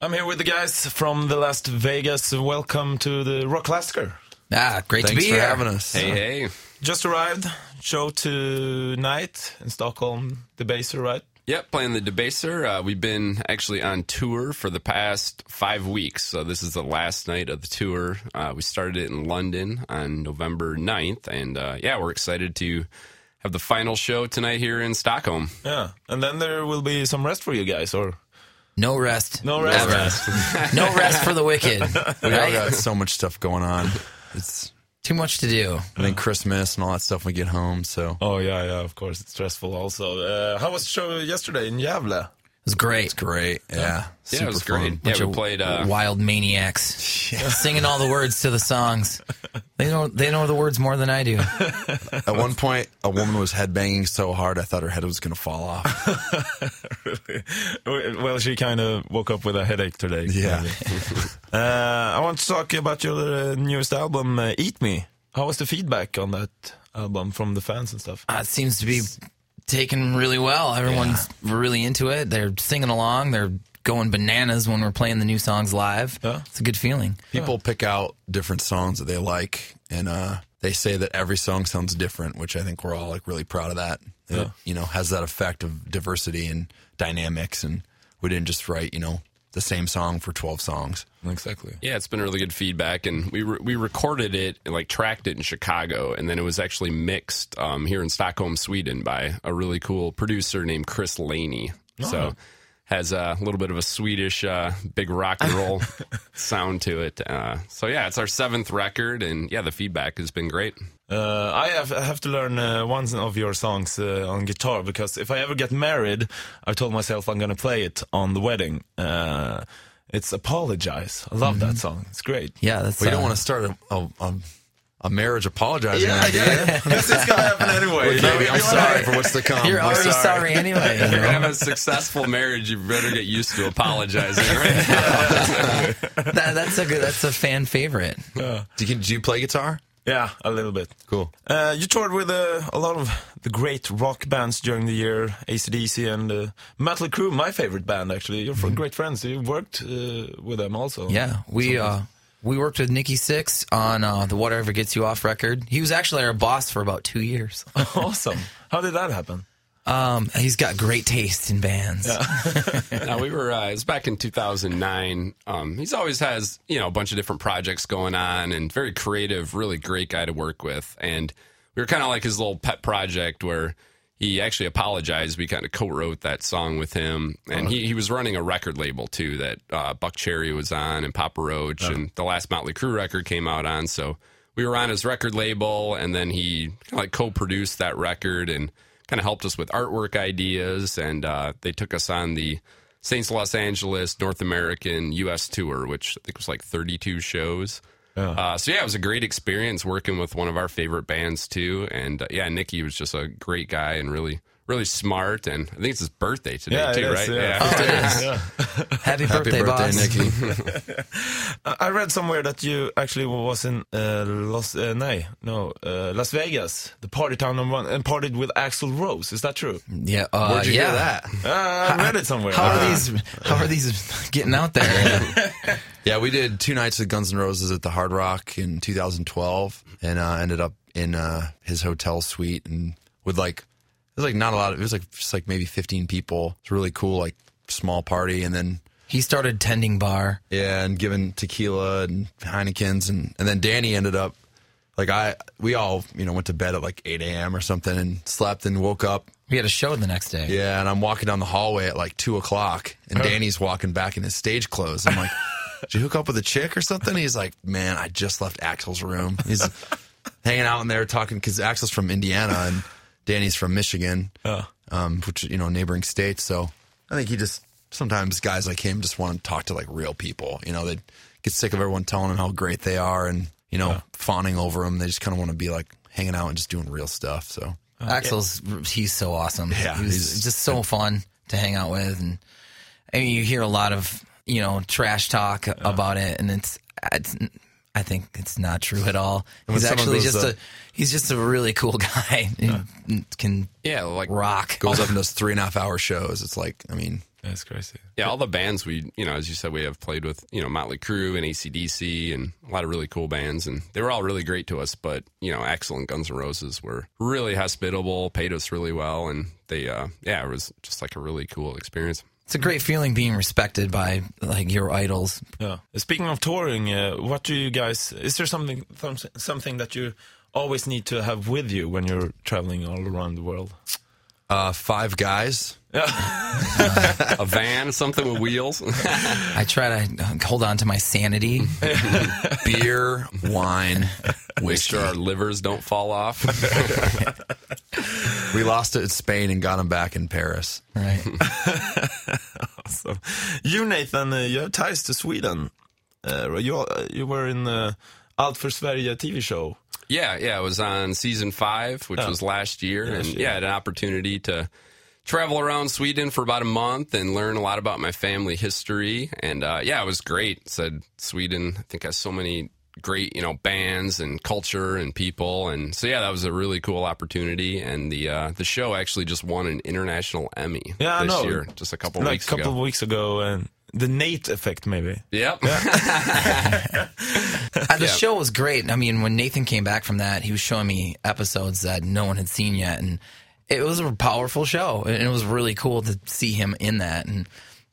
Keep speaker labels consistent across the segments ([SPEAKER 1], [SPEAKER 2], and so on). [SPEAKER 1] I'm here with the guys from the Las Vegas. Welcome to the Rock Classicer.
[SPEAKER 2] Ah, great
[SPEAKER 3] Thanks
[SPEAKER 2] to be
[SPEAKER 3] for
[SPEAKER 2] here.
[SPEAKER 3] having us.
[SPEAKER 4] hey.
[SPEAKER 1] Just arrived. Show tonight in Stockholm. The baser, right?
[SPEAKER 4] Yep, playing the Debaser. Uh, we've been actually on tour for the past five weeks, so this is the last night of the tour. Uh, we started it in London on November 9th, and uh, yeah, we're excited to have the final show tonight here in Stockholm.
[SPEAKER 1] Yeah. And then there will be some rest for you guys, or
[SPEAKER 2] No rest.
[SPEAKER 1] no rest.
[SPEAKER 2] Ever. no rest for the wicked.
[SPEAKER 3] We all
[SPEAKER 2] right?
[SPEAKER 3] got so much stuff going on. It's
[SPEAKER 2] Too much to do.
[SPEAKER 3] and then Christmas and all that stuff when we get home. So
[SPEAKER 1] Oh yeah, yeah. Of course, it's stressful. Also, uh, how was the show yesterday in Gävle?
[SPEAKER 2] It's great.
[SPEAKER 3] great. Yeah.
[SPEAKER 4] Yeah,
[SPEAKER 3] Super
[SPEAKER 4] it was
[SPEAKER 3] fun.
[SPEAKER 4] great. Yeah, we played. Uh,
[SPEAKER 2] Wild maniacs singing all the words to the songs. They know they know the words more than I do. Uh,
[SPEAKER 3] At one point, a woman was headbanging so hard I thought her head was going to fall off.
[SPEAKER 1] Well, she kind of woke up with a headache today.
[SPEAKER 3] Yeah.
[SPEAKER 1] Uh, I want to talk about your uh, newest album, uh, Eat Me. How was the feedback on that album from the fans and stuff?
[SPEAKER 2] Uh, it seems to be taken really well. Everyone's really into it. They're singing along. They're going bananas when we're playing the new songs live.
[SPEAKER 1] Yeah.
[SPEAKER 2] It's a good feeling.
[SPEAKER 3] People pick out different songs that they like, and uh, they say that every song sounds different, which I think we're all like really proud of that. It, you know, has that effect of diversity and dynamics, and we didn't just write you know the same song for twelve songs.
[SPEAKER 1] Exactly.
[SPEAKER 4] Yeah, it's been really good feedback, and we re- we recorded it and like tracked it in Chicago, and then it was actually mixed um, here in Stockholm, Sweden, by a really cool producer named Chris Laney. So has a little bit of a Swedish uh, big rock and roll sound to it. Uh, so yeah, it's our seventh record, and yeah, the feedback has been great.
[SPEAKER 1] Uh, I have I have to learn uh, one of your songs uh, on guitar because if I ever get married, I told myself I'm gonna play it on the wedding. Uh, it's apologize. I love that song. It's great.
[SPEAKER 2] Yeah, that's.
[SPEAKER 3] We don't
[SPEAKER 2] uh,
[SPEAKER 3] want to start a, a, a, a marriage apologizing. on it.
[SPEAKER 1] Uh, this is gonna happen anyway.
[SPEAKER 3] Baby, I'm sorry for what's to come.
[SPEAKER 2] You're
[SPEAKER 3] I'm
[SPEAKER 2] already sorry, anyway. you
[SPEAKER 4] If you
[SPEAKER 2] know?
[SPEAKER 4] have a successful marriage, you better get used to apologizing. Right?
[SPEAKER 2] That- that's a good. That's a fan favorite.
[SPEAKER 3] Do you, do you play guitar?
[SPEAKER 1] Yeah, a little bit.
[SPEAKER 3] Cool.
[SPEAKER 1] Uh, you toured with uh, a lot of the great rock bands during the year, ACDC and uh, Mötley Crüe, my favorite band actually. You're from great friends. You worked uh, with them also.
[SPEAKER 2] Yeah, we uh, we worked with Nikki Six on uh, the Whatever Gets You Off record. He was actually our boss for about two years.
[SPEAKER 1] awesome. How did that happen?
[SPEAKER 2] Um, he's got great taste in bands.
[SPEAKER 4] No, we were. Uh, it was back in 2009. Um, he's always has you know a bunch of different projects going on, and very creative, really great guy to work with. And we were kind of like his little pet project where he actually apologized. We kind of co-wrote that song with him, and he, he was running a record label too that uh, Buck Cherry was on, and Papa Roach, and the last Motley Crue record came out on. So we were on his record label, and then he kind of like co-produced that record and kind of helped us with artwork ideas, and uh, they took us on the Saints Los Angeles North American U.S. tour, which I think was like 32 shows. Uh, so yeah, it was a great experience working with one of our favorite bands too, and uh, yeah, Nikki was just a great guy and really, really smart. And I think it's his birthday today
[SPEAKER 1] Yeah, it
[SPEAKER 4] too,
[SPEAKER 1] is,
[SPEAKER 4] right?
[SPEAKER 1] yeah.
[SPEAKER 2] Happy,
[SPEAKER 3] Happy
[SPEAKER 2] birthday, boss!
[SPEAKER 3] birthday, Nikki.
[SPEAKER 1] I I read somewhere that you actually was in uh, Las uh, nay, no uh, Las Vegas, the party town number one, and partied with Axl Rose. Is that true?
[SPEAKER 2] Yeah, uh,
[SPEAKER 3] Where'd you
[SPEAKER 2] yeah.
[SPEAKER 3] hear that? Uh,
[SPEAKER 1] Uh, I read it somewhere. Ah.
[SPEAKER 2] How are these? How are these getting out there?
[SPEAKER 3] Yeah, we did two nights with Guns N' Roses at the Hard Rock in 2012, and uh, ended up in uh, his hotel suite and with like it was like not a lot. Of, it was like just like maybe 15 people. It's really cool, like small party, and then
[SPEAKER 2] he started tending bar.
[SPEAKER 3] Yeah, and given tequila and Heinekens, and and then Danny ended up like I we all you know went to bed at like eight a.m. or something and slept and woke up.
[SPEAKER 2] We had a show the next day.
[SPEAKER 3] Yeah, and I'm walking down the hallway at like two o'clock, and Danny's walking back in his stage clothes. I'm like, did you hook up with a chick or something? He's like, man, I just left Axel's room. He's hanging out in there talking because Axel's from Indiana and Danny's from Michigan, um, which you know neighboring states. So I think he just sometimes guys like him just want to talk to like real people. You know, they get sick of everyone telling them how great they are and you know fawning over them. They just kind of want to be like hanging out and just doing real stuff. So.
[SPEAKER 2] Axel's he's so awesome.
[SPEAKER 3] Yeah,
[SPEAKER 2] he was
[SPEAKER 3] he's-
[SPEAKER 2] just so fun to hang out with, and I mean, you hear a lot of you know trash talk about it, and it's it's. I think it's not true at all. He's
[SPEAKER 3] someone
[SPEAKER 2] actually
[SPEAKER 3] goes,
[SPEAKER 2] just
[SPEAKER 3] uh,
[SPEAKER 2] a he's just a really cool guy. He can
[SPEAKER 4] Yeah, like
[SPEAKER 2] rock.
[SPEAKER 3] goes up and does three and a half hour shows. It's like, I mean,
[SPEAKER 1] That's crazy.
[SPEAKER 4] Yeah, all the bands we, you know, as you said, we have played with, you know, Motley Crue and ACDC and a lot of really cool bands. And they were all really great to us. But, you know, Axel and Guns N' Roses were really hospitable, paid us really well. And they, uh, yeah, it was just like a really cool experience.
[SPEAKER 2] It's a great feeling being respected by like your idols.
[SPEAKER 1] Yeah. Speaking of touring, uh, what do you guys? Is there something th- something that you always need to have with you when you're traveling all around the world?
[SPEAKER 3] Uh, five guys.
[SPEAKER 4] A van, something with wheels.
[SPEAKER 2] I try to uh, hold on to my sanity.
[SPEAKER 3] beer, wine,
[SPEAKER 4] Make
[SPEAKER 3] whiskey.
[SPEAKER 4] sure our livers don't fall off.
[SPEAKER 3] We lost it in Spain and got them back in Paris.
[SPEAKER 2] Right.
[SPEAKER 1] So, you Nathan, uh, you have ties to Sweden. Uh, you uh, you were in the Allt för Sverige TV show.
[SPEAKER 4] Yeah, yeah, it was on season five,
[SPEAKER 1] Oh.
[SPEAKER 4] which was last year, and
[SPEAKER 1] sure.
[SPEAKER 4] yeah, I had an opportunity to travel around Sweden for about a month and learn a lot about my family history, and uh, yeah, it was great. Said Sweden, I think has so many great, you know, bands and culture and people, and so yeah, that was a really cool opportunity, and the uh, the show actually just won an international Emmy
[SPEAKER 1] Yeah, I
[SPEAKER 4] this
[SPEAKER 1] know.
[SPEAKER 4] year, just a couple
[SPEAKER 1] like
[SPEAKER 4] weeks
[SPEAKER 1] a couple
[SPEAKER 4] ago.
[SPEAKER 1] of weeks ago, and the Nate effect maybe.
[SPEAKER 4] Yep.
[SPEAKER 2] Uh, the
[SPEAKER 4] Yeah.
[SPEAKER 2] show was great. I mean, when Nathan came back from that, he was showing me episodes that no one had seen yet, and it was a powerful show. And it was really cool to see him in that and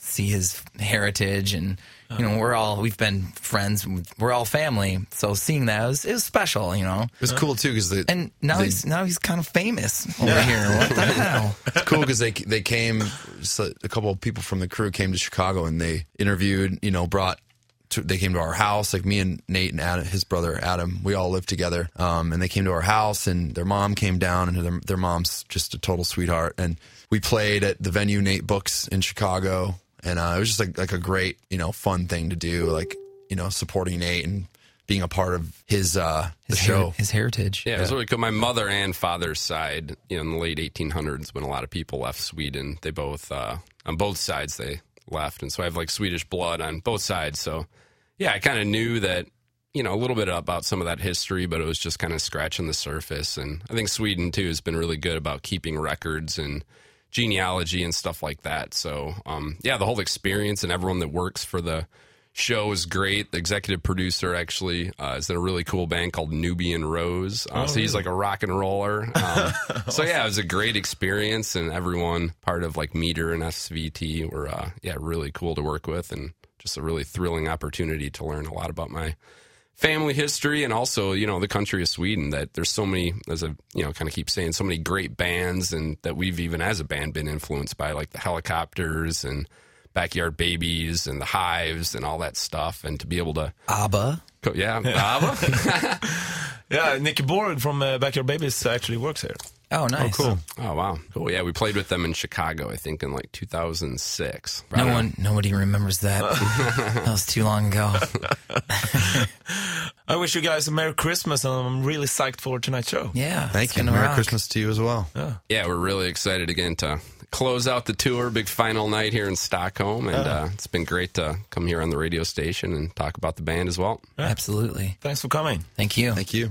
[SPEAKER 2] see his heritage. And you know, we're all we've been friends. We're all family. So seeing that was it was special. You know,
[SPEAKER 3] It was cool too because the
[SPEAKER 2] and now
[SPEAKER 3] They-
[SPEAKER 2] he's now he's kind of famous over here. What the hell?
[SPEAKER 3] It's cool because they they came. So a couple of people from the crew came to Chicago and they interviewed. You know, brought. To, they came to our house. Like me and Nate and Adam, his brother Adam, we all lived together. Um, and they came to our house, and their mom came down, and their their mom's just a total sweetheart. And we played at the venue Nate books in Chicago, and uh, it was just like like a great you know fun thing to do. Like you know supporting Nate and being a part of his uh the
[SPEAKER 2] His, her-
[SPEAKER 3] show.
[SPEAKER 2] his heritage.
[SPEAKER 4] Yeah, it was really cool. My mother and father's side, you know, in the late 1800s, when a lot of people left Sweden, they both uh, on both sides they left, and so I have like Swedish blood on both sides. So, yeah, I kind of knew that, you know, a little bit about some of that history, but it was just kind of scratching the surface. And I think Sweden too has been really good about keeping records and genealogy and stuff like that. So, um, yeah, the whole experience and everyone that works for the show is great. The executive producer actually uh, is in a really cool band called Nubian Rose. Uh, so he's like a rock and roller. Um, So yeah, it was a great experience, and everyone part of like Meter and SVT were uh, yeah really cool to work with, and just a really thrilling opportunity to learn a lot about my family history and also you know the country of Sweden that there's so many as I you know kind of keep saying so many great bands and that we've even as a band been influenced by like the helicopters and backyard babies and the hives and all that stuff and to be able to
[SPEAKER 2] Abba.
[SPEAKER 4] co- yeah, ABBA?
[SPEAKER 1] Yeah, Nicky Borg from uh, Backyard Babies actually works here.
[SPEAKER 2] Oh, nice.
[SPEAKER 1] Cool.
[SPEAKER 4] oh wow cool yeah we played with them in Chicago I think in like 2006
[SPEAKER 2] No one, nobody remembers that. that was too long ago.
[SPEAKER 1] I wish you guys a Merry Christmas, and I'm really psyched for tonight's show.
[SPEAKER 2] Yeah.
[SPEAKER 3] Thank
[SPEAKER 2] it's
[SPEAKER 3] you.
[SPEAKER 2] gonna
[SPEAKER 3] Merry
[SPEAKER 2] rock.
[SPEAKER 3] Christmas to you as well.
[SPEAKER 4] yeah, we're really excited again to close out the tour. Big final night here in Stockholm, and
[SPEAKER 2] Uh-huh.
[SPEAKER 4] uh, it's been great to come here on the radio station and talk about the band as well.
[SPEAKER 2] Absolutely.
[SPEAKER 1] Thanks for coming.
[SPEAKER 2] Thank you.
[SPEAKER 3] Thank you.